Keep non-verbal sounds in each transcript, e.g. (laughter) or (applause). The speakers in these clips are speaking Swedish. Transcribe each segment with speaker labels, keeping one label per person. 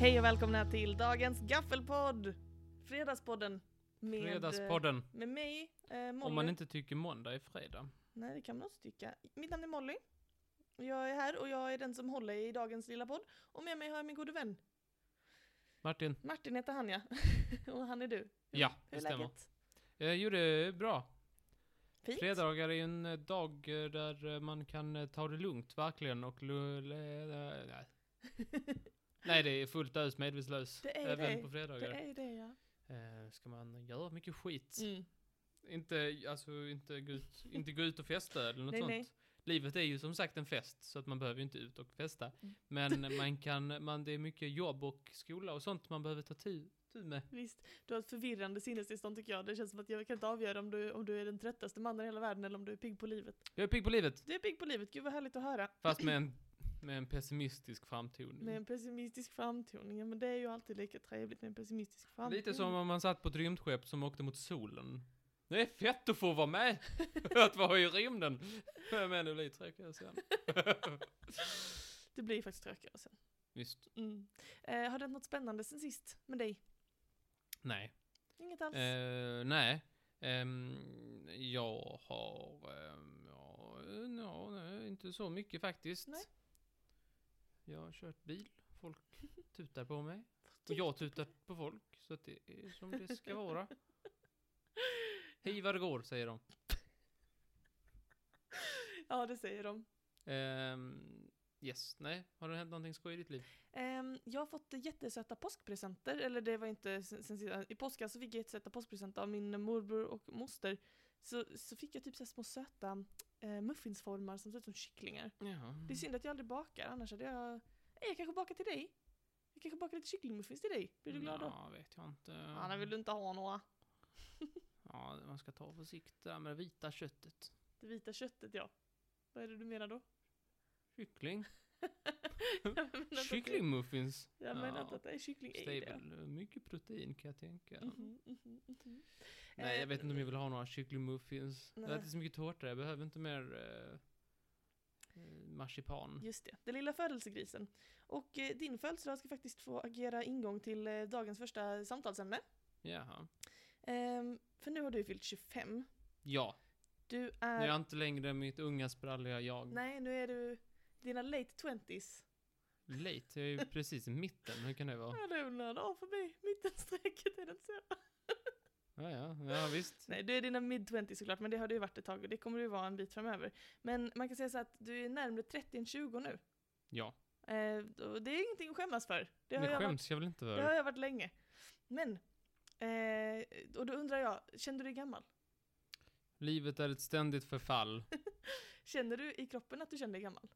Speaker 1: Hej och välkomna till dagens gaffelpodd! Fredagspodden med,
Speaker 2: Fredagspodden.
Speaker 1: med mig, eh, Molly.
Speaker 2: Om man inte tycker måndag är fredag.
Speaker 1: Nej, det kan man också tycka. Mitt namn är Molly. Jag är här och jag är den som håller i dagens lilla podd. Och med mig har jag min gode vän.
Speaker 2: Martin?
Speaker 1: Martin heter han ja. (laughs) och han är du.
Speaker 2: Ja,
Speaker 1: Hur
Speaker 2: det
Speaker 1: är
Speaker 2: stämmer.
Speaker 1: läget?
Speaker 2: Jag gjorde bra.
Speaker 1: Fint?
Speaker 2: Fredagar är ju en eh, dag eh, där eh, man kan eh, ta det lugnt, verkligen. Och lu- le- le-
Speaker 1: (laughs)
Speaker 2: nej. nej, det är fullt ös, medvetslös.
Speaker 1: Det är
Speaker 2: Även
Speaker 1: det.
Speaker 2: på
Speaker 1: Det
Speaker 2: fredagar.
Speaker 1: är det ja.
Speaker 2: Eh, ska man göra mycket skit.
Speaker 1: Mm.
Speaker 2: Inte, alltså, inte,
Speaker 1: (laughs)
Speaker 2: gå ut, inte gå ut och festa eller något
Speaker 1: Nej,
Speaker 2: sånt.
Speaker 1: nej.
Speaker 2: Livet är ju som sagt en fest, så att man behöver ju inte ut och festa.
Speaker 1: Mm. (laughs)
Speaker 2: Men man kan, man, det är mycket jobb och skola och sånt man behöver ta tu, tu med.
Speaker 1: Visst, du har ett förvirrande sinnestillstånd tycker jag. Det känns som att jag kan inte avgöra om du, om du är den tröttaste mannen i hela världen eller om du är pigg på livet.
Speaker 2: Jag är pigg på livet,
Speaker 1: Du är pigg på livet, gud vad härligt att höra.
Speaker 2: fast med en, med en pessimistisk framtoning.
Speaker 1: Med en pessimistisk framtoning, ja, men det är ju alltid lika trevligt med en pessimistisk framtoning.
Speaker 2: Lite som om man satt på ett rymdskepp som åkte mot solen. Det är fett att få
Speaker 1: (laughs)
Speaker 2: vara med! att vara i rymden! Men det blir tråkigare sen.
Speaker 1: Det blir faktiskt tråkigare sen.
Speaker 2: Visst.
Speaker 1: Mm. Eh, har det hänt något spännande sen sist med dig?
Speaker 2: Nej.
Speaker 1: Inget alls?
Speaker 2: Eh, nej. Ehm, jag har... ehm, ja, eh, ja, nej, inte så mycket faktiskt.
Speaker 1: Nej.
Speaker 2: Jag har kört bil.
Speaker 1: (laughs)
Speaker 2: Folk tutar på mig. Och jag tutar på folk. Så att det är som det ska
Speaker 1: (laughs)
Speaker 2: vara. Hej vad det går, säger de.
Speaker 1: Ja, det säger de.
Speaker 2: Ehm, yes, nej. Har det hänt någonting skoj i ditt liv?
Speaker 1: Ehm, jag har fått jättesöta påskpresenter, eller det var inte sen, sen sist. I påskas så fick jag jättesöta påskpresenter av min morbror och moster. Så, så fick jag typ så här små söta eh, muffinsformar som ser ut som kycklingar.
Speaker 2: Jaha.
Speaker 1: Det är synd att jag aldrig bakar, annars hade jag... Eh, jag kanske bakar till dig? Jag kanske bakar lite kycklingmuffins till dig? Blir du glad då?
Speaker 2: Mm, Ja, vet jag inte.
Speaker 1: Ja, det vill du inte ha några.
Speaker 2: Ja, man ska ta försiktigt där med det vita köttet.
Speaker 1: Det vita köttet, ja. Vad är det du menar
Speaker 2: (laughs)
Speaker 1: då?
Speaker 2: Kyckling.
Speaker 1: Jag menar inte att (laughs) det-
Speaker 2: Kycklingmuffins.
Speaker 1: Jag menar
Speaker 2: Ja.
Speaker 1: inte att det är kyckling i det.
Speaker 2: Stable. eh, Mycket protein kan jag tänka.
Speaker 1: Mhm, mhm, mhm.
Speaker 2: Nej,
Speaker 1: Eh,
Speaker 2: jag vet inte om jag vill ha några kycklingmuffins. Jag
Speaker 1: Nej.
Speaker 2: har ätit så mycket tårta, jag behöver inte mer eh, eh, marsipan.
Speaker 1: Just det, den lilla födelsegrisen. Och eh, din födelsedag ska faktiskt få agera ingång till eh, dagens första samtalsämne.
Speaker 2: Jaha.
Speaker 1: Ehm, för nu har du fyllt 25.
Speaker 2: Ja,
Speaker 1: Du
Speaker 2: nu
Speaker 1: är...
Speaker 2: är jag inte längre mitt unga spralliga jag.
Speaker 1: Nej, nu är du dina late twenties.
Speaker 2: Late,
Speaker 1: (laughs)
Speaker 2: jag är ju precis i mitten, hur kan det vara?
Speaker 1: Ja, det är några dagar förbi mittenstrecket, är det inte så?
Speaker 2: Ja, ja, ja visst.
Speaker 1: Nej, du är dina mid-20 såklart, men det har du ju varit ett tag och det kommer du vara en bit framöver. Men man kan säga så att du är närmare 30 än 20 nu.
Speaker 2: Ja,
Speaker 1: Eh, och det är ingenting att skämmas för. Det har,
Speaker 2: det
Speaker 1: jag varit,
Speaker 2: skäms jag väl inte
Speaker 1: det har
Speaker 2: för.
Speaker 1: jag varit länge. Men, eh, och då undrar jag, känner du dig gammal?
Speaker 2: Livet är ett ständigt
Speaker 1: (laughs)
Speaker 2: förfall.
Speaker 1: Känner du i kroppen att du känner dig gammal?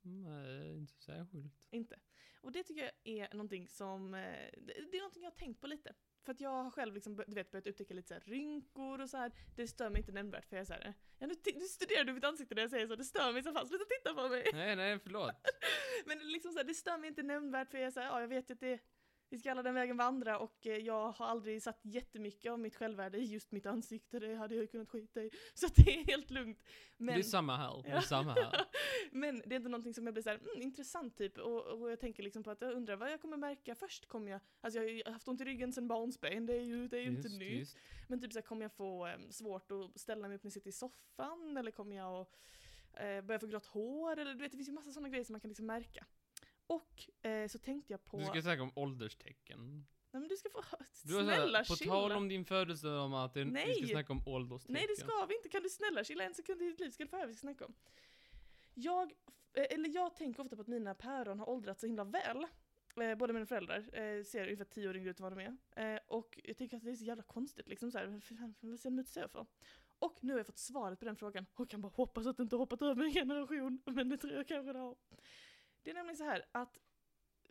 Speaker 2: Nej, inte särskilt.
Speaker 1: Inte. Och det tycker jag är någonting som, eh, det, det är någonting jag har tänkt på lite. För att jag har själv liksom, bör- du vet, börjat upptäcka lite så här rynkor och så här. Det stör mig inte nämnvärt för jag är så här, eh, ja, nu, t- nu studerar du mitt ansikte när jag säger så, det stör mig så fan, sluta titta på mig!
Speaker 2: Nej, nej, förlåt.
Speaker 1: Men liksom så här, det stör mig inte nämnvärt för jag är så här, ja, jag vet ju att det, vi ska alla den vägen vandra och eh, jag har aldrig satt jättemycket av mitt självvärde i just mitt ansikte, det hade jag ju kunnat skita i. (laughs) Så att det är helt lugnt.
Speaker 2: Det är
Speaker 1: Men,
Speaker 2: samma här, det
Speaker 1: Ja.
Speaker 2: är samma här.
Speaker 1: men det är inte någonting som jag blir så här, mm, intressant typ och, och jag tänker liksom på att jag undrar vad jag kommer märka först kommer jag, alltså jag har ju haft ont i ryggen sedan barnsben, det är ju, (laughs) det är ju inte nytt. Men typ så här, kommer jag få eh, svårt att ställa mig upp när jag sitter i soffan? Eller kommer jag att eh, börja få grått hår? Eller du vet, det finns ju massa sådana grejer som man kan liksom märka. Och eh, så tänkte jag på...
Speaker 2: Du ska snacka om ålderstecken.
Speaker 1: Nej men du ska få...
Speaker 2: Du har
Speaker 1: snälla
Speaker 2: såhär, på
Speaker 1: chilla!
Speaker 2: tal om din födelsedag Martin, vi
Speaker 1: Nej.
Speaker 2: ska snacka om ålderstecken.
Speaker 1: Nej det ska vi inte! Kan du snälla chilla en sekund i ditt liv? Ska du få höra vad vi ska snacka om? Jag, eh, eller jag tänker ofta på att mina päron har åldrats så himla väl. Eh, båda mina föräldrar eh, ser ungefär tio år yngre ut än vad de är. Eh, och jag tycker att det är så jävla konstigt liksom så här, varför- varför- vad ser de ut så för? Och nu har jag fått svaret på den frågan och kan bara hoppas att det inte har hoppat över en generation, men det tror jag kanske det har. Det är nämligen så här att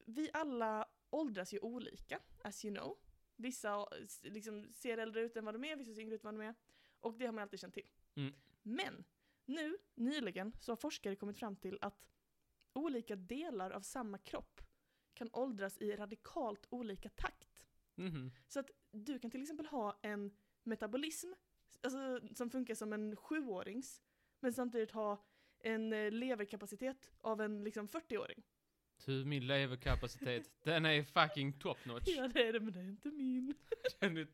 Speaker 1: vi alla åldras ju olika, as you know. Vissa eh, s- liksom ser äldre ut än vad de är, vissa ser yngre ut än vad de är. Och det har man alltid känt till.
Speaker 2: Mm.
Speaker 1: Men nu, nyligen, så har forskare kommit fram till att olika delar av samma kropp kan åldras i radikalt olika takt.
Speaker 2: Mhm.
Speaker 1: Så att du kan till exempel ha en metabolism alltså, som funkar som en sjuårings, men samtidigt ha en eh, leverkapacitet av en liksom, 40-åring.
Speaker 2: Tur Typ min leverkapacitet, den är fucking top notch.
Speaker 1: Ja det är det, men det är inte min.
Speaker 2: Den är-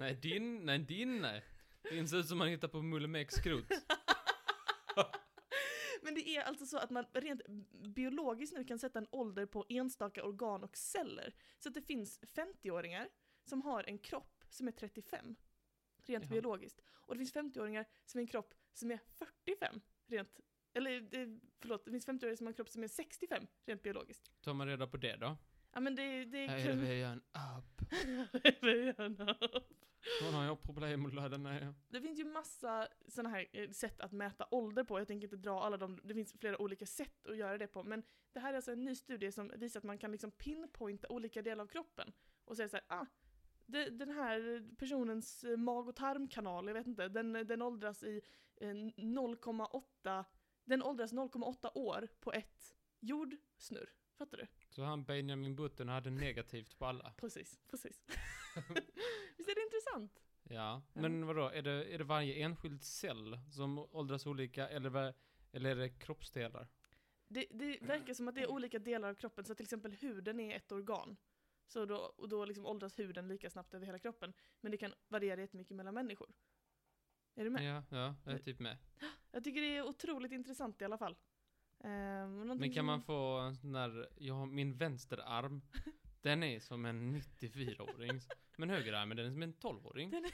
Speaker 2: nej, din, nej, din nej. Din ser ut som man hittar på Mulle Meks skrot.
Speaker 1: (laughs) Men det är alltså så att man rent biologiskt nu kan sätta en ålder på enstaka organ och celler. Så att det finns 50-åringar som har en kropp som är 35, rent
Speaker 2: Jaha.
Speaker 1: biologiskt. Och det finns 50-åringar som har en kropp som är 45, rent... Eller eh, förlåt, det finns 50-åringar som har en kropp som är 65, rent biologiskt.
Speaker 2: Tar man reda på det då?
Speaker 1: Ja men det, det
Speaker 2: Här är vi igen. Upp.
Speaker 1: (laughs) kan...
Speaker 2: Då har jag problem att ladda ner.
Speaker 1: Det finns ju massa sådana här eh, sätt att mäta ålder på. Jag tänker inte dra alla dem. Det finns flera olika sätt att göra det på. Men det här är alltså en ny studie som visar att man kan liksom pinpointa olika delar av kroppen. Och säga såhär, ah, de- den här personens eh, mag och tarmkanal, jag vet inte, den, den åldras i eh, 0,8 den åldras 0,8 år på ett jordsnurr. Fattar du?
Speaker 2: Så han Benjamin Button hade negativt på alla.
Speaker 1: Precis, precis. (laughs) Visst är det intressant?
Speaker 2: Ja,
Speaker 1: Ja.
Speaker 2: men vadå? Är det, är det varje enskild cell som åldras olika eller, va- eller är det kroppsdelar?
Speaker 1: Det, det verkar som att det är olika delar av kroppen, så till exempel huden är ett organ. Så då, och då liksom åldras huden lika snabbt över hela kroppen. Men det kan variera jättemycket mellan människor. Är du med?
Speaker 2: Ja, ja, jag är typ med.
Speaker 1: Jag tycker det är otroligt intressant i alla fall. Ehm, och någonting
Speaker 2: Men kan
Speaker 1: som-
Speaker 2: man få en sån där, jag har min
Speaker 1: (laughs)
Speaker 2: vänsterarm, den är som en 94-åring. Men högerarmen, den är som en 12-åring.
Speaker 1: Den är-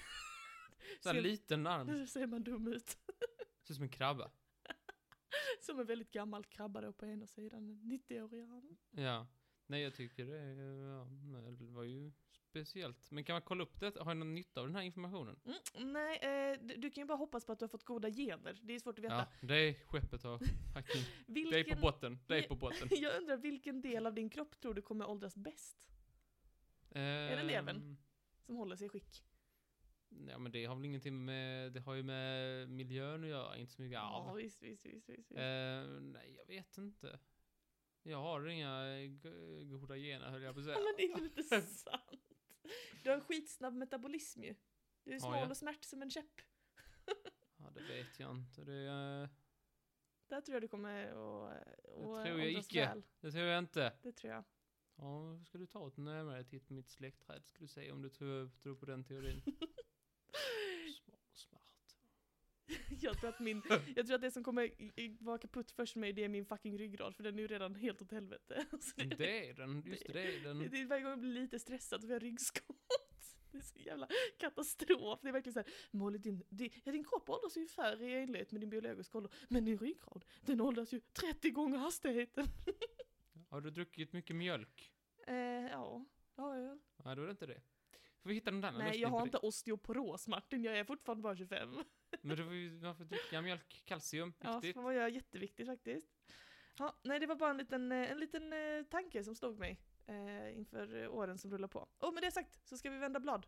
Speaker 2: Så här
Speaker 1: Ser- Mm.
Speaker 2: liten arm,
Speaker 1: Nu (laughs) ser man dum ut.
Speaker 2: ser ut som en krabba.
Speaker 1: Som en väldigt gammal krabba då på ena sidan, en 90-årig arm.
Speaker 2: Ja. Nej, jag tycker det, är- ja, nej, det var ju speciellt. Men kan man kolla upp det? Har jag någon nytta av den här informationen?
Speaker 1: Mm, nej, eh, du, du kan ju bara hoppas på att du har fått goda gener. Det är svårt att veta.
Speaker 2: Ja, det är skeppet har fucking...
Speaker 1: (laughs)
Speaker 2: Det är på botten, det är på botten.
Speaker 1: Jag undrar vilken del av din kropp tror du kommer åldras bäst? det levern?
Speaker 2: Ehm,
Speaker 1: Som håller sig i skick?
Speaker 2: Ja men det har väl ingenting med, det har ju med miljön att göra, inte så mycket
Speaker 1: Ja,
Speaker 2: arv.
Speaker 1: visst, visst, visst. visst, visst.
Speaker 2: Eh, nej jag vet inte. Jag har inga eh, go- goda gener höll jag på att säga.
Speaker 1: Ja, men det är väl
Speaker 2: (laughs)
Speaker 1: inte sant? Du har en skitsnabb metabolism ju. Du är
Speaker 2: Ja,
Speaker 1: smal
Speaker 2: ja.
Speaker 1: och smärt som en käpp.
Speaker 2: Ja det vet jag inte. Det, eh,
Speaker 1: Där tror jag du kommer att att
Speaker 2: tror jag
Speaker 1: åldras
Speaker 2: icke.
Speaker 1: väl.
Speaker 2: det tror jag inte.
Speaker 1: Det tror jag. (laughs)
Speaker 2: Ja, ska du ta ett närmare titt på mitt släktträd ska du se om du tror, tror på den teorin. Smart, smart.
Speaker 1: jag, tror att min, jag tror att det som kommer i- i- vara kaputt först för mig det är min fucking ryggrad för den är ju redan helt åt helvete. (laughs) Så det, det,
Speaker 2: Det
Speaker 1: (laughs)
Speaker 2: är den, just det, det är den.
Speaker 1: det är varje gång jag blir lite stressad så får jag ryggskott. Det är så jävla katastrof. Det är verkligen såhär, Molly din, din, ja, din kropp åldras ju ungefär i enlighet med din biologiska ålder. Men din ryggrad, den åldras ju 30 gånger hastigheten.
Speaker 2: Har du druckit mycket mjölk?
Speaker 1: Eh, ja. Ja, ja.
Speaker 2: Nej då är det inte det. Får vi hitta den där
Speaker 1: Nej, jag har inte osteoporos Martin, jag är fortfarande bara 25.
Speaker 2: Men då får vi, man får dricka mjölk, kalcium,
Speaker 1: Ja,
Speaker 2: viktigt.
Speaker 1: så man gör jätteviktigt faktiskt. Ja, nej, det var bara en liten, eh, en liten eh, tanke som slog mig eh, inför eh, åren som rullar på. Och med det sagt så ska vi vända blad.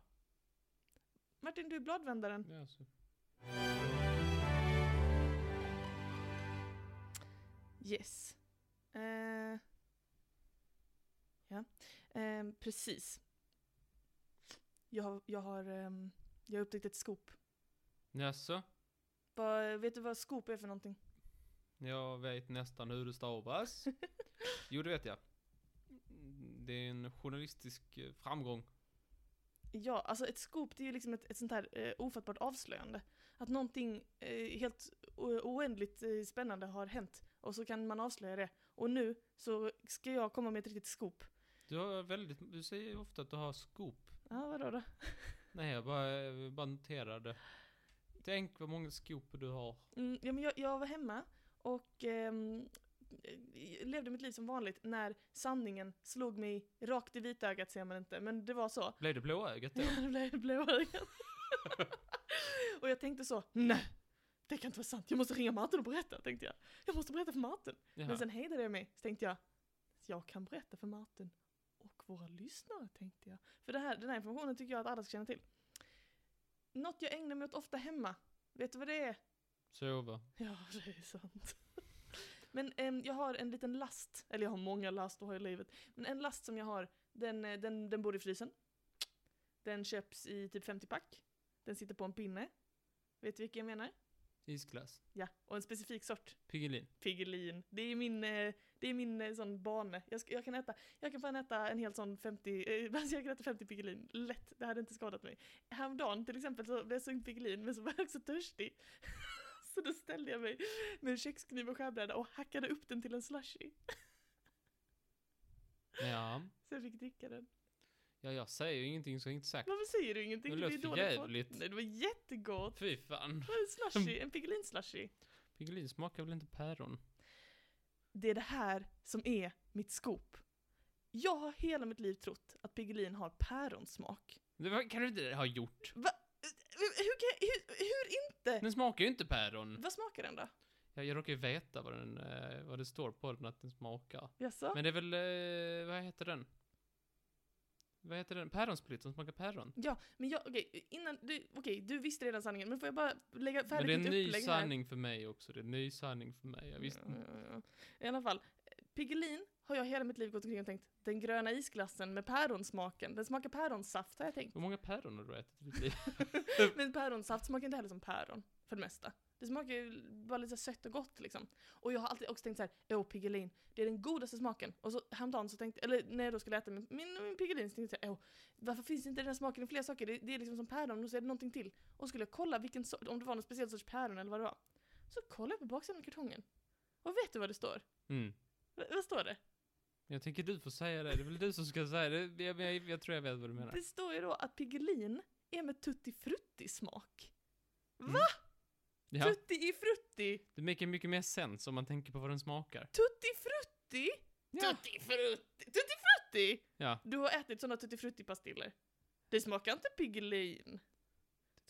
Speaker 1: Martin, du är bladvändaren.
Speaker 2: Ja, så.
Speaker 1: Yes. Eh, ja, eh, precis. Jag har, jag har, ehm, jag har upptäckt ett scoop.
Speaker 2: Jaså?
Speaker 1: Vad- vet du vad scoop är för någonting?
Speaker 2: Jag vet nästan hur
Speaker 1: (laughs)
Speaker 2: det stavas. jo, det vet jag. Mm, Det är en journalistisk eh, framgång.
Speaker 1: Ja, alltså ett scoop det är ju liksom ett, ett sånt här eh, ofattbart avslöjande. Att någonting eh, helt o- oändligt eh, spännande har hänt och så kan man avslöja det. Och nu så ska jag komma med ett riktigt scoop.
Speaker 2: Du, har väldigt, du säger ju ofta att du har scoop.
Speaker 1: Ja, vadå då?
Speaker 2: Nej, jag bara, jag bara noterade. Tänk vad många scoop du har.
Speaker 1: Mm, ja, men jag, jag var hemma och ehm, eh, levde mitt liv som vanligt när sanningen slog mig rakt i vitögat ser man inte, men det var (laughs) så.
Speaker 2: Blev det blåögat då?
Speaker 1: Ja, det blev blåögat. (laughs) och jag tänkte så, nej, det kan inte vara sant. Jag måste ringa Martin och berätta, tänkte jag. Jag måste berätta för Martin. Men
Speaker 2: Jaha.
Speaker 1: sen hejdade jag mig, så tänkte jag, jag kan berätta för Martin och våra lyssnare, tänkte jag. För det här, den här informationen tycker jag att alla ska känna till. Något jag ägnar mig åt ofta hemma, vet du vad det är? (laughs)
Speaker 2: Sova.
Speaker 1: Ja, det är sant. (laughs) Men ehm, jag har en liten last, eller jag har många last att ha i livet. Men en last som jag har, den, eh, den, den bor i frysen. Den köps i typ 50-pack. Den sitter på en pinne. Vet du vilken jag menar?
Speaker 2: Isglass.
Speaker 1: Ja, och en specifik sort.
Speaker 2: Piggelin.
Speaker 1: Piggelin. Det är min, eh, det är min eh, sån bane. Jag, ska, jag kan äta, jag kan fan äta en hel sån 50, eh, (laughs) alltså jag kan äta 50 Piggelin. Lätt, det hade inte skadat mig. Häromdagen till exempel så blev jag sugen på Piggelin men så var jag också törstig. (laughs) så då ställde jag mig med en kökskniv och skärbräda och hackade upp den till en slushy.
Speaker 2: Ja.
Speaker 1: Så jag fick dricka den.
Speaker 2: ja, jag säger ju ingenting så jag inte sagt.
Speaker 1: Varför säger du ingenting?
Speaker 2: Det
Speaker 1: är ju
Speaker 2: låter för
Speaker 1: dålig podd.
Speaker 2: jävligt. Mm.
Speaker 1: Nej, det var jättegott.
Speaker 2: Fy fan.
Speaker 1: Vad är en slushy? En Piggelin-slushy?
Speaker 2: Piggelin smakar väl inte päron?
Speaker 1: Det är det här som är mitt scoop. Jag har hela mitt liv trott att Piggelin har päronsmak.
Speaker 2: Det var, kan du inte ha gjort?
Speaker 1: Va? Hur, hur, kan jag- hur, hur inte?
Speaker 2: Den smakar ju inte päron.
Speaker 1: Vad smakar den då?
Speaker 2: Jag, jag råkar ju veta vad, den, eh, vad det står på den att den smakar.
Speaker 1: Jaså?
Speaker 2: Men det är väl, eh, vad heter den? Vad heter den? Päronsplit som smakar päron.
Speaker 1: Ja, men jag, okej, innan, du, okej, du visste redan sanningen, men får jag bara lägga
Speaker 2: Men det
Speaker 1: färdigt
Speaker 2: är en
Speaker 1: mitt
Speaker 2: ny
Speaker 1: upplägg här?
Speaker 2: sanning för mig också. Det är en ny sanning för mig. Jag visste
Speaker 1: Ja,
Speaker 2: inte.
Speaker 1: ja, ja. I alla fall, Piggelin har jag hela mitt liv gått omkring och tänkt, den gröna isglassen med päronsmaken, den smakar päronsaft har jag tänkt.
Speaker 2: Hur många päron har du ätit i ditt liv?
Speaker 1: (laughs)
Speaker 2: (laughs)
Speaker 1: Men päronsaft smakar inte heller som päron, för det mesta. Det smakar ju bara lite så här sött och gott liksom. Och jag har alltid också tänkt så här, åh Piggelin, det är den godaste smaken. Och så häromdagen så tänkte, eller när jag då skulle äta min, min, min Piggelin så tänkte jag, åh, varför finns inte den här smaken i fler saker? Det, det är liksom som päron och så är det någonting till. Och så skulle jag kolla vilken sort, om det var någon speciell sorts päron eller vad det var. Så kollade jag på baksidan av kartongen. Och vet du vad det står?
Speaker 2: Mm.
Speaker 1: V- vad står det?
Speaker 2: Jag tänker du får säga det. Det är väl du som ska säga det. Jag, jag, jag tror jag vet vad du menar.
Speaker 1: Det står ju då att Piggelin är med tutti frutti smak.
Speaker 2: Ja,
Speaker 1: Tutti i frutti!
Speaker 2: det make mycket mer sens om man tänker på vad den smakar.
Speaker 1: Tutti frutti!
Speaker 2: Ja.
Speaker 1: Tutti frutti! Tutti frutti!
Speaker 2: Ja.
Speaker 1: Du har ätit såna tutti frutti pastiller. Det smakar inte Piggelin.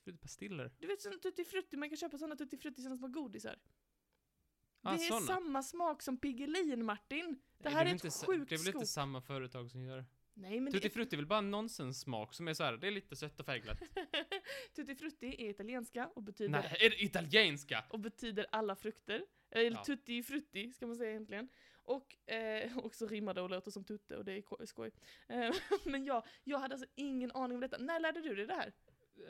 Speaker 2: Frukt- Pastiller.
Speaker 1: Du vet såna tutti frutti, man kan köpa såna tutti frutti som små godisar.
Speaker 2: Ah,
Speaker 1: det är
Speaker 2: såna.
Speaker 1: samma smak som Piggelin, Martin! Det
Speaker 2: Nej,
Speaker 1: här
Speaker 2: väl
Speaker 1: är
Speaker 2: inte
Speaker 1: ett
Speaker 2: sa-
Speaker 1: sjukt
Speaker 2: Det är väl inte
Speaker 1: scoop.
Speaker 2: samma företag som gör det?
Speaker 1: Nej men det (laughs)
Speaker 2: Tutti
Speaker 1: är... Typ.
Speaker 2: Frutti är väl bara en nonsenssmak som är så här, det är lite sött och färgglatt.
Speaker 1: tutti frutti är italienska och betyder,
Speaker 2: Nej, är det italienska?
Speaker 1: och betyder alla frukter. Eh, Eller
Speaker 2: Ja.
Speaker 1: tutti frutti, ska man säga egentligen. Och eh, (laughs) också rimmar det och låter som tutte och det är ko- skoj. Eh, (laughs) men ja, jag hade alltså ingen aning om detta. När lärde du dig det här?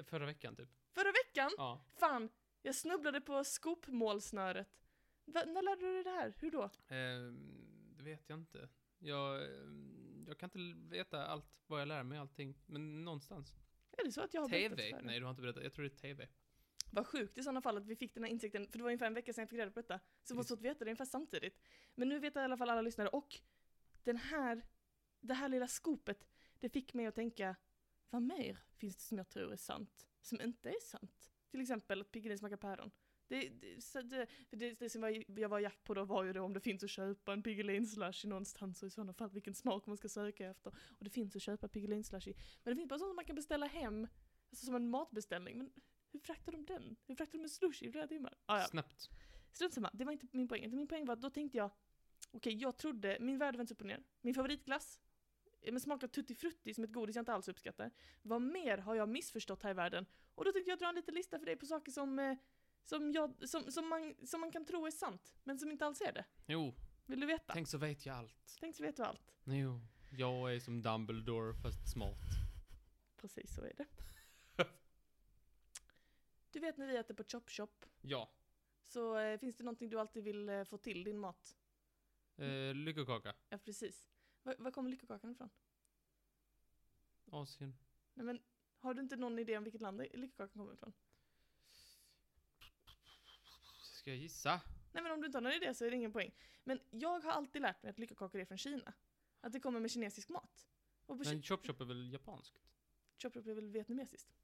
Speaker 2: Förra veckan typ.
Speaker 1: Förra veckan?
Speaker 2: Ja.
Speaker 1: Fan, jag snubblade på skopmålsnöret. Va, när lärde du dig det här? Hur då?
Speaker 2: Ehm, det vet jag inte. Jag, ehm, jag kan inte veta allt, vad jag lär mig allting. Men någonstans.
Speaker 1: Är det så att jag har berättat
Speaker 2: TV?
Speaker 1: för dig?
Speaker 2: Nej, du har inte berättat. Jag tror det är TV.
Speaker 1: Vad sjukt i sådana fall att vi fick den här insikten, för det var ungefär en vecka sedan jag fick reda på detta. Så vi måste fått veta det ungefär samtidigt. Men nu vet i alla fall alla lyssnare och den här, det här lilla skopet, det fick mig att tänka, vad mer finns det som jag tror är sant, som inte är sant? Till exempel att Piggelin smakar päron. Det, det, så det, för det, det som var, jag var i jakt på då var ju då om det finns att köpa en Piggelin slushie någonstans och i sådana fall vilken smak man ska söka efter. Och det finns att köpa Piggelin slushie. Men det finns bara sånt som man kan beställa hem, alltså som en matbeställning. Men hur fraktar de den? Hur fraktar de en slushie i flera timmar? Ah, ja.
Speaker 2: Snabbt.
Speaker 1: Strunt samma, det var inte min poäng. Utan Min poäng var att då tänkte jag, okej jag trodde, min värld vänds upp och ner. Min favoritglass, eh, men smakar tutti frutti som ett godis jag inte alls uppskattar. Vad mer har jag missförstått här i världen? Och då tänkte jag dra en liten lista för dig på saker som, eh, som, jag, som, som, man, som man kan tro är sant, men som inte alls är det.
Speaker 2: Jo,
Speaker 1: Vill du veta? Tänk,
Speaker 2: tänk så vet jag allt.
Speaker 1: så vet du allt.
Speaker 2: Jo, jag är som Dumbledore fast smart.
Speaker 1: Precis så är det. Du vet när vi äter på Chop Chop,
Speaker 2: Ja.
Speaker 1: så eh, finns det någonting du alltid vill eh, få till din mat?
Speaker 2: Eh, lyckokaka.
Speaker 1: Ja, precis. Var, var kommer lyckokakan ifrån?
Speaker 2: Asien.
Speaker 1: Nej men, har du inte någon idé om vilket land det- lyckokakan kommer ifrån?
Speaker 2: Ska jag gissa?
Speaker 1: Nej men om du inte har någon idé så är det ingen poäng. Men jag har alltid lärt mig att lyckokakor är från Kina. Att det kommer med kinesisk mat. Och på
Speaker 2: Men
Speaker 1: Men...
Speaker 2: Chop Chop är väl japanskt?
Speaker 1: chop är väl vietnamesiskt?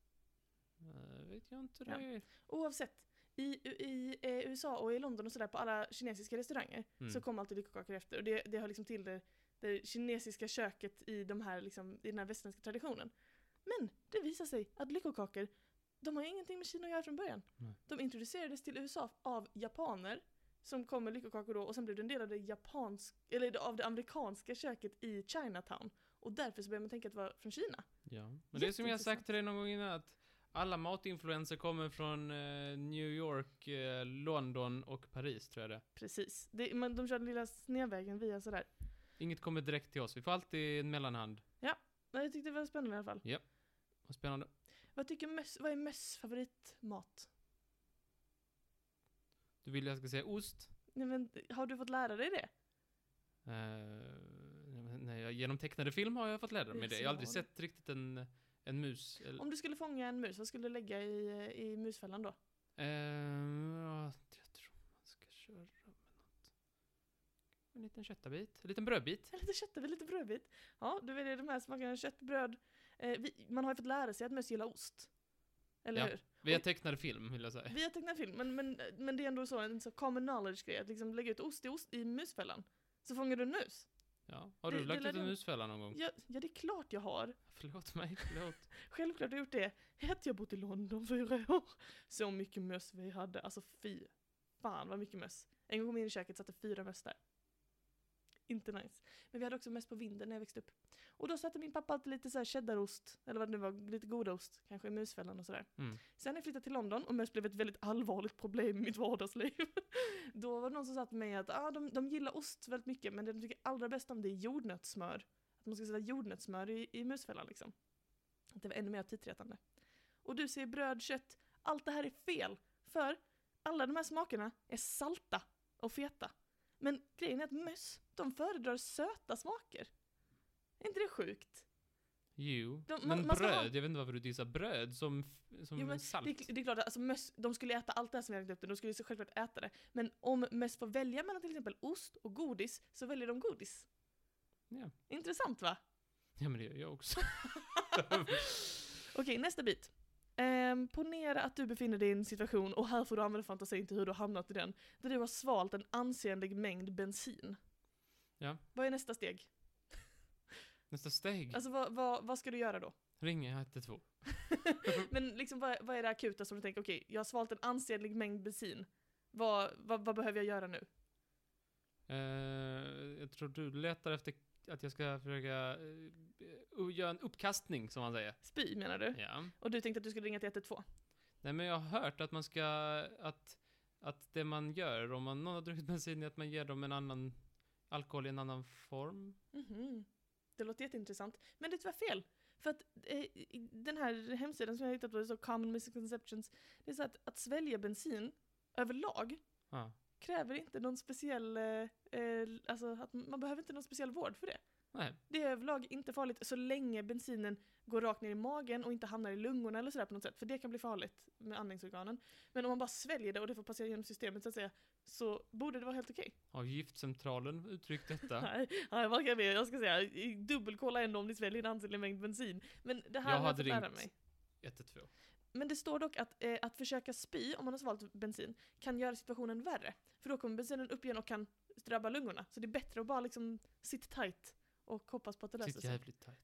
Speaker 2: Eh, vet jag inte
Speaker 1: Ja.
Speaker 2: det.
Speaker 1: Oavsett. I, i eh, USA och i London och sådär på alla kinesiska restauranger
Speaker 2: Mm.
Speaker 1: så kom alltid lyckokakor efter. Och det, det hör liksom till det, det kinesiska köket i, de här, liksom, i den här västerländska traditionen. Men det visar sig att lyckokakor, de har ju ingenting med Kina att göra från början.
Speaker 2: Nej.
Speaker 1: De introducerades till USA av japaner som kom med lyckokakor då och sen blev det en del av det, japansk, eller av det amerikanska köket i Chinatown. Och därför så började man tänka att det var från Kina.
Speaker 2: Ja. Men det är som jag har sagt
Speaker 1: Jätteintressant.
Speaker 2: till dig någon gång innan att alla matinfluenser kommer från eh, New York, eh, London och Paris tror jag det är.
Speaker 1: Precis. Det, men de körde den lilla snedvägen via sådär.
Speaker 2: Inget kommer direkt till oss. Vi får alltid en mellanhand.
Speaker 1: Men jag tyckte det var spännande i alla fall.
Speaker 2: Vad spännande.
Speaker 1: Vad, tycker möss, vad är möss favoritmat?
Speaker 2: Du vill jag ska säga ost?
Speaker 1: Nej, men har du fått lära dig det?
Speaker 2: Eh, nej, jag- genom tecknade film har jag fått lära mig det. Jag har aldrig
Speaker 1: Smart.
Speaker 2: sett riktigt en, en mus. Eller,
Speaker 1: Om du skulle fånga en mus, vad skulle du lägga i, i musfällan då?
Speaker 2: Eh, ja, jag tror man ska köra med något. En liten köttabit, en liten brödbit.
Speaker 1: Lite köttbit, lite brödbit. Ja, du väljer de här smakerna, kött, bröd. Eh, vi, man har ju fått lära sig att möss gillar ost. Eller
Speaker 2: Ja.
Speaker 1: hur?
Speaker 2: Via
Speaker 1: Oj.
Speaker 2: tecknade film, vill jag säga.
Speaker 1: Vi har tecknat film, men, men, men det är ändå så en så common knowledge-grej att liksom lägga ut ost i, ost i musfällan. Så fångar du en mus.
Speaker 2: Ja. Har du
Speaker 1: Det- det
Speaker 2: lagt
Speaker 1: lär
Speaker 2: ut en
Speaker 1: jag-
Speaker 2: musfälla någon gång?
Speaker 1: Ja, ja, det är klart jag har.
Speaker 2: (laughs) Förlåt mig, förlåt.
Speaker 1: Självklart har jag gjort det. Hette jag bott i London fyra år. Så mycket möss vi hade. Alltså fy. Fan vad mycket möss. En gång kom jag in i köket satte fyra möss där. Inte nice. Men vi hade också möss på vinden när jag växte upp. Och då satte min pappa alltid lite så här cheddarost, eller vad det nu var, lite godost, kanske i musfällan och sådär.
Speaker 2: Mm.
Speaker 1: Sen när jag flyttade till London och möss blev ett väldigt allvarligt problem i mitt vardagsliv. (laughs) Då var det någon som sa till mig att ah, de, de gillar ost väldigt mycket men det de tycker allra bäst om det är jordnötssmör. Att man ska sätta jordnötssmör i, i musfällan liksom. Att det var ännu mer aptitretande. Och du säger bröd, kött, allt det här är fel. För alla de här smakerna är salta och feta. Men grejen är att möss, de föredrar söta smaker. Är inte det sjukt?
Speaker 2: Jo,
Speaker 1: De- man-
Speaker 2: men
Speaker 1: man ska
Speaker 2: bröd,
Speaker 1: ha-
Speaker 2: jag vet inte varför du dissar bröd som, f- som
Speaker 1: Jo, men
Speaker 2: salt.
Speaker 1: Det, är- det är klart, att, alltså, möss, de skulle äta allt det här som jag räknade upp, nu, de skulle ju självklart äta det. Men om möss får välja mellan till exempel ost och godis, så väljer de godis.
Speaker 2: Ja.
Speaker 1: Intressant va?
Speaker 2: Ja men det gör
Speaker 1: (laughs)
Speaker 2: jag också.
Speaker 1: Okej, nästa bit. Um, ponera att du befinner dig i en situation, och här får du använda fantasin till hur du har hamnat i den, där du har svalt en ansenlig mängd bensin.
Speaker 2: Ja.
Speaker 1: Vad är nästa steg?
Speaker 2: Nästa steg,
Speaker 1: Alltså vad, vad, vad ska du göra
Speaker 2: (laughs)
Speaker 1: då?
Speaker 2: ringa 112.
Speaker 1: Men liksom vad, vad är det akuta som du tänker, okej, jag har svalt en ansenlig mängd bensin. Vad, vad, vad behöver jag göra nu?
Speaker 2: Eh, jag tror du letar efter att jag ska försöka uh, göra en uppkastning som man säger.
Speaker 1: Spy menar du?
Speaker 2: Ja.
Speaker 1: Och du tänkte att du skulle ringa till 112?
Speaker 2: Nej men jag har hört att man ska, att, att det man gör om man, någon har druckit bensin är att man ger dem en annan alkohol i en annan form.
Speaker 1: Mhm. Det låter jätteintressant. Men det är tyvärr fel. För att eh, i- den här hemsidan som jag hittat på, det är så common misconceptions. Det är så att, att svälja bensin överlag
Speaker 2: Ja.
Speaker 1: kräver inte någon speciell, eh, eh, alltså att man behöver inte någon speciell vård för det.
Speaker 2: Nej.
Speaker 1: Det är överlag inte farligt så länge bensinen går rakt ner i magen och inte hamnar i lungorna eller sådär på något sätt. För det kan bli farligt med andningsorganen. Men om man bara sväljer det och det får passera genom systemet så att säga, så borde det vara helt okej.
Speaker 2: Har giftcentralen uttryckt detta?
Speaker 1: Nej, nej, vad kan jag, be? jag ska säga dubbelkolla ändå om ni sväljer en ansenlig mängd bensin. Men det här
Speaker 2: Jag
Speaker 1: har
Speaker 2: hade
Speaker 1: jag fått lära
Speaker 2: ringt.
Speaker 1: mig.
Speaker 2: 112.
Speaker 1: Men det står dock att, eh, att försöka spy om man har svalt bensin kan göra situationen värre. För då kommer bensinen upp igen och kan drabba lungorna. Så det är bättre att bara liksom sitta tight och hoppas på att det löser
Speaker 2: Sitt
Speaker 1: sig.
Speaker 2: jävligt tajt.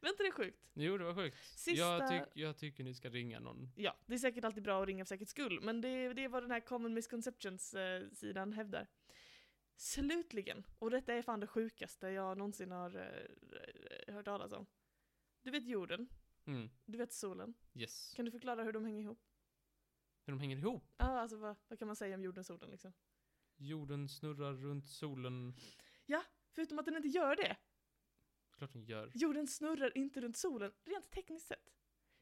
Speaker 1: Men inte det är sjukt?
Speaker 2: Jo, det var sjukt.
Speaker 1: Sista-
Speaker 2: Jag, tyck, jag tycker ni ska ringa någon.
Speaker 1: Ja, det är säkert alltid bra att ringa för säkerhets skull, men det, det är vad den här common misconceptions-sidan hävdar. Slutligen, och detta är fan det sjukaste jag någonsin har eh, hört talas om. Du vet jorden,
Speaker 2: Mm.
Speaker 1: du vet solen.
Speaker 2: Yes.
Speaker 1: Kan du förklara hur de hänger ihop?
Speaker 2: Hur de hänger ihop.
Speaker 1: Ja, alltså vad, vad kan man säga om jorden och solen liksom?
Speaker 2: Jorden snurrar runt solen.
Speaker 1: Förutom att den inte gör det.
Speaker 2: Klart den gör.
Speaker 1: Jorden snurrar inte runt solen, rent tekniskt sett.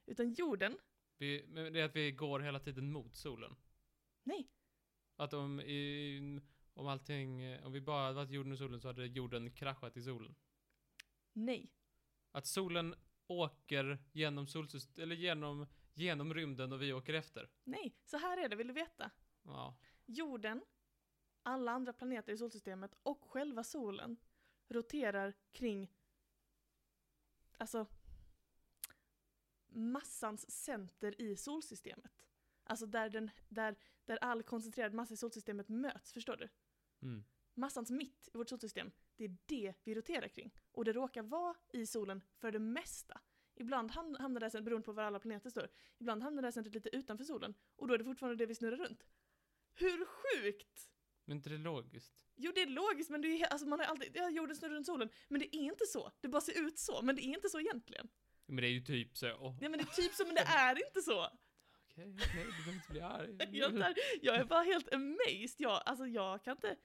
Speaker 1: Utan jorden,
Speaker 2: Vi, men det är att vi går hela tiden mot solen.
Speaker 1: nej,
Speaker 2: Att om, i, om allting, eh, om vi bara hade varit jorden och solen så hade jorden kraschat i solen.
Speaker 1: nej.
Speaker 2: Att solen åker genom solsystemet, eller genom, genom rymden och vi åker efter.
Speaker 1: Nej, så här är det, vill du veta?
Speaker 2: Ja.
Speaker 1: Jorden, alla andra planeter i solsystemet och själva solen roterar kring alltså massans center i solsystemet. Alltså där, den, där, där all koncentrerad massa i solsystemet möts, förstår du?
Speaker 2: Mm.
Speaker 1: Massans mitt i vårt solsystem, det är det vi roterar kring. Och det råkar vara i solen för det mesta. Ibland ham- hamnar det, sen- beroende på var alla planeter står, ibland hamnar det centret lite utanför solen. Och då är det fortfarande det vi snurrar runt. Hur sjukt!
Speaker 2: Men inte det är logiskt?
Speaker 1: Jo, det är logiskt, men det är, he- alltså, man har alltid, ja, jorden snurrar runt solen. Men det är inte så. Det bara ser ut så, men det är inte så egentligen.
Speaker 2: Men det är ju typ så. Okej,
Speaker 1: Nej, men det är typ så, men det är inte så. (laughs)
Speaker 2: okej, du behöver inte bli arg.
Speaker 1: Jag, är- jag är bara helt amazed. Jag, alltså, jag kan inte...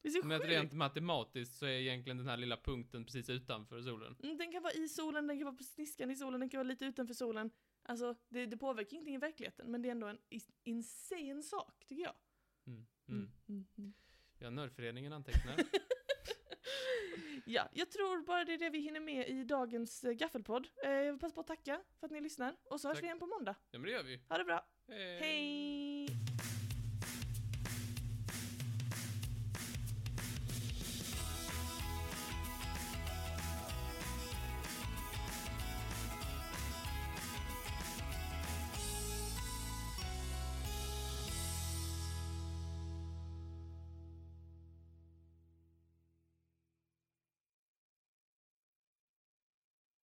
Speaker 1: Det är så
Speaker 2: Men att
Speaker 1: sjukt.
Speaker 2: rent matematiskt så är egentligen den här lilla punkten precis utanför solen.
Speaker 1: Mm, Den kan vara i solen, den kan vara på sniskan i solen, den kan vara lite utanför solen. Alltså, det, det påverkar ingenting i verkligheten, men det är ändå en is- insane sak, tycker jag.
Speaker 2: Mm. Ja, nördföreningen antecknar.
Speaker 1: Ja, jag tror bara det är det vi hinner med i dagens eh, gaffelpodd. Eh, Jag vill passa på att tacka för att ni lyssnar och så hörs
Speaker 2: Tack.
Speaker 1: vi igen på måndag.
Speaker 2: ja, men det gör vi. Eh,
Speaker 1: Ha det bra,
Speaker 2: Hej!
Speaker 1: hej!